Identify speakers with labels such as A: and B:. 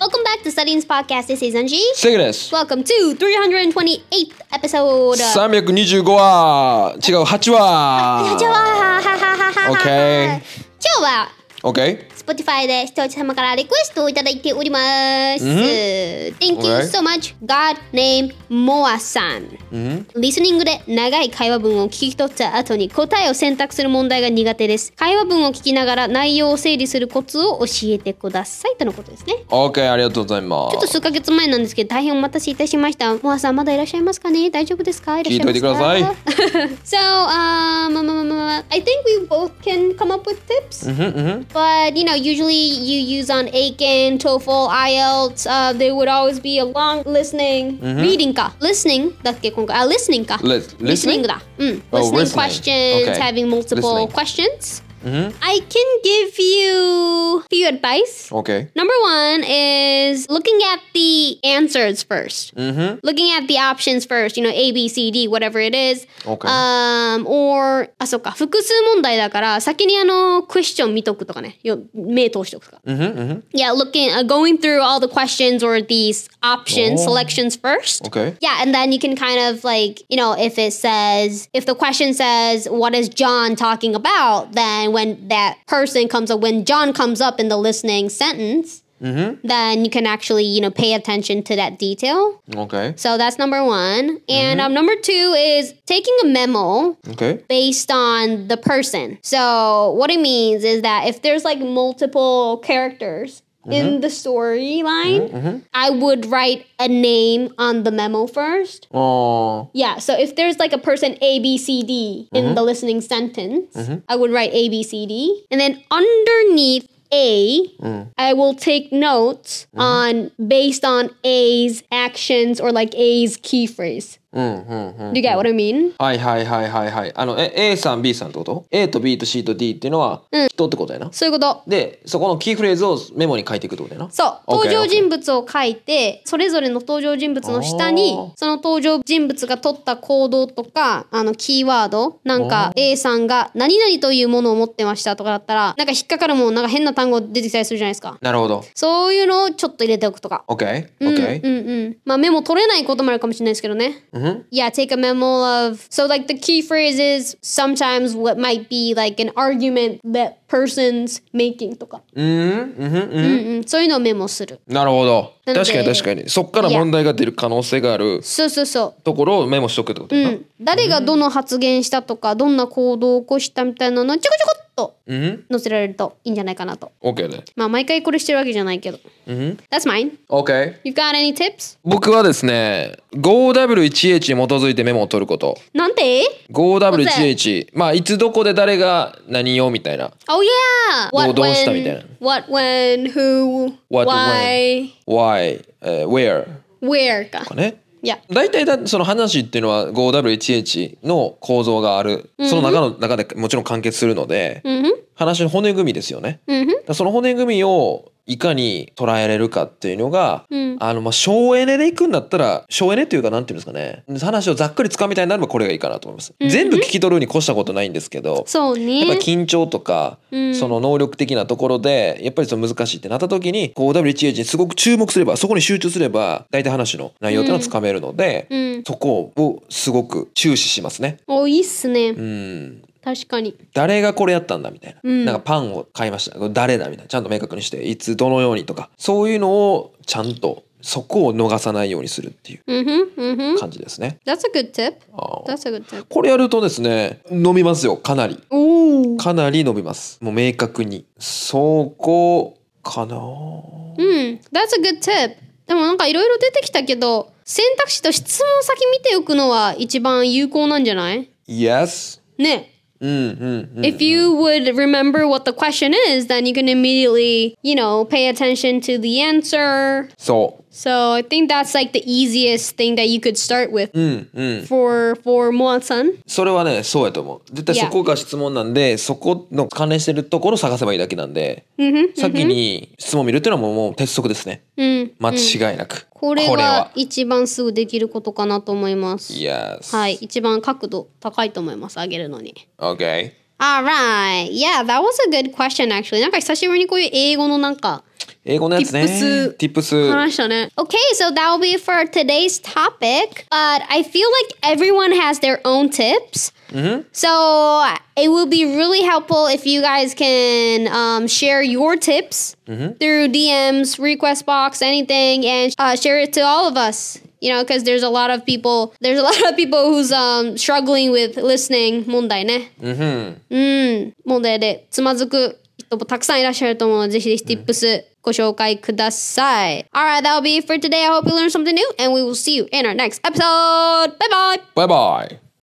A: Welcome back to Studying's podcast. This is Anji.
B: セグです。
A: Welcome to 328th episode.
B: 325話、違う、8話。
A: じゃあ、はははは
B: Okay.
A: 今日は
B: OK?
A: Spotify で視聴者様からリクエストをいただいております。Thank you
B: Alright.
A: so much, God name Moa さん。リスニングで長い会話文を聞き取った後に答えを選択する問題が苦手です。会話文を聞きながら内容を整理するコツを教えてくださいとのことですね。
B: OK、ありがとうございま
A: ちょっと
B: す。
A: 数ヶ月前なんですけど大変お待たせいたしました。モアさんまだいらっしゃいますかね大丈夫ですかいらっしゃいますか
B: 聞いとい
A: so, um, um, um, um, um, I think we both can come up with tips.
B: うんうん
A: But, you know, usually you use on Aiken, TOEFL, IELTS. Uh, there would always be a long listening. Reading か。Listening だっけ今回。あ、listening か。
B: Lis- listening？
A: だ。うん。
B: Oh,
A: listening
B: listening.
A: questions,
B: Okay.
A: having multiple
B: Listening.
A: questions.
B: うんうん
A: I can give you few advice.
B: OK。
A: Number one is looking at the answers first.
B: うんうん。
A: Looking at the options first, you know, A, B, C, D, whatever it is.
B: Okay.
A: Um, or, あ、そっか、複数問題だから、先にあの、クエスチョン見とくとかね、よ目通しとくとか。
B: うんうんうん。
A: Yeah, looking, uh, going through all the questions or these option
B: Oh.
A: selections first.
B: OK。
A: Yeah, and then you can kind of like, you know, if it says, if the question says, what is John talking about? Then when that person comes up, when John comes up in the listening sentence, then you can actually, you know, pay attention to that detail.
B: OK。
A: So that's number one. And um, number two is taking a memo
B: OK。
A: based on the person. So what it means is that if there's like multiple characters in the storyline, I would write a name on the memo first.
B: あ
A: Yeah, so if there's like a person A B C D in the listening sentence, I would write A B C D. And then underneath A, I will take notes on based on A's actions or like A's key phrase.
B: あ。うんうんうん。
A: Do you get what I mean?
B: はいはいはいはいはい。あの、え A さん、B さんってこと ?A と B と C と D っていうのは、人ってことやな。
A: そういうこと。
B: で、そこのキーフレーズをメモに書いていくってことやな。
A: そう登
B: OK
A: 場人物を書いてそれぞれの登場人物の下に
B: おー
A: その登場人物が取った行動とかあのキーワードなんか A さんが何々というものを持ってましたとかだったらなんか引っかかるもんなんか変な単語出てきたりするじゃないですか
B: なるほど。
A: そういうのをちょっと入れておくとか
B: OK。
A: うん
B: OK。
A: うんうんまあメモ取れないこともあるかもしれないですけどね
B: うん
A: Yeah, take a memo of. So, like, the key phrase is sometimes what might be like an argument that person's making とか。
B: うんうんうんうん。
A: うんうん。そういうのをメモする。
B: なるほど。
A: なので
B: 確かに確かに。そっから問題が出る可能性がある
A: そうそうそう。
B: ところをメモしとくってことやな。
A: うん誰がどの発言したとかどんな行動を起こしたみたいなのをちょこちょこっと
B: うん。
A: 載せられるといいんじゃないかなと
B: OK ね。
A: まあ毎回これしてるわけじゃないけど
B: うん。
A: That's mine
B: OK。
A: You've got any tips?
B: 僕はですね、5W1H に基づいてメモを取ること。
A: なんて
B: 5W1H。まあ、いつどこで誰が何をみたいな。
A: Oh yeah!
B: どうどうしたみたいな
A: What when who
B: What,
A: why
B: Why、えー Where
A: where か
B: かね。
A: いや
B: 大体だその話っていうのは 5W1H の構造がある。その中の中でもちろん完結するので、
A: うんふん
B: 話の骨組みですよね。
A: うんふん
B: だからその骨組みをいかに捉えれるかっていうのが、
A: うん
B: あのまあ省エネでいくんだったら省エネっていうかなんていうんですかね話をざっくりつかみたいになればこれがいいかなと思います、全部聞き取るに越したことないんですけど、
A: そう
B: やっぱ
A: ね
B: 緊張とか、
A: うん
B: その能力的なところでやっぱりその難しいってなった時にこう WHH にすごく注目すればそこに集中すれば大体話の内容っていうのはつかめるので、
A: うん
B: そこをすごく注視しますね。
A: おいいっすね
B: うん
A: 確かに
B: 誰がこれやったんだみたいな、
A: うん
B: なんかパンを買いましたこれ誰だみたいなちゃんと明確にしていつどのようにとかそういうのをちゃんとそこを逃さないようにするってい
A: うんふんうんふん
B: う感じですね、
A: That's a good tip
B: あー
A: That's a good tip
B: これやるとですね飲みますよかなり
A: おー
B: かなり飲みますもう明確にそこかな
A: うん、That's a good tip. でもなんかいろいろ出てきたけど、選択肢と質問先見ておくのは一番有効なんじゃない
B: Yes
A: ね。
B: うんうんうん
A: If you would remember what the question is, then you can immediately, you know, pay attention to the answer.
B: そ
A: So I think that's like the easiest thing that you could start with
B: ううんうん
A: for for Moan-san.
B: それはねそうやと思う絶対
A: Yeah.
B: そこが質問なんでそこの関連してるところを探せばいいだけなんで先に質問見るっていうのはもうもう鉄則ですね
A: うん。
B: 間違いなく、
A: これが一番すぐできることかなと思います。
B: Yes
A: はい、一番角度高いと思います。上げるのに。
B: OK
A: Alright. Yeah, that was a good question actually. なんか久しぶりにこういう英語のなんか
B: 英語のやつね。
A: Tips
B: Tips
A: 話したね。Okay, so that'll be for today's topic. But I feel like everyone has their own tips. So it will be really helpful if you guys can um, share your tips through DMs, request box, anything, and uh, share it to all of us. You know, because there's a lot of people. There's a lot of people who's um struggling with listening. 問題ね。うん、問題でつまずく人もたくさんいらっしゃると思うので、ぜひぜひ Tips ご紹介ください。Alright, that'll be it for today. I hope you learned something new, and we will see you in our next episode. Bye bye!
B: バイバイ。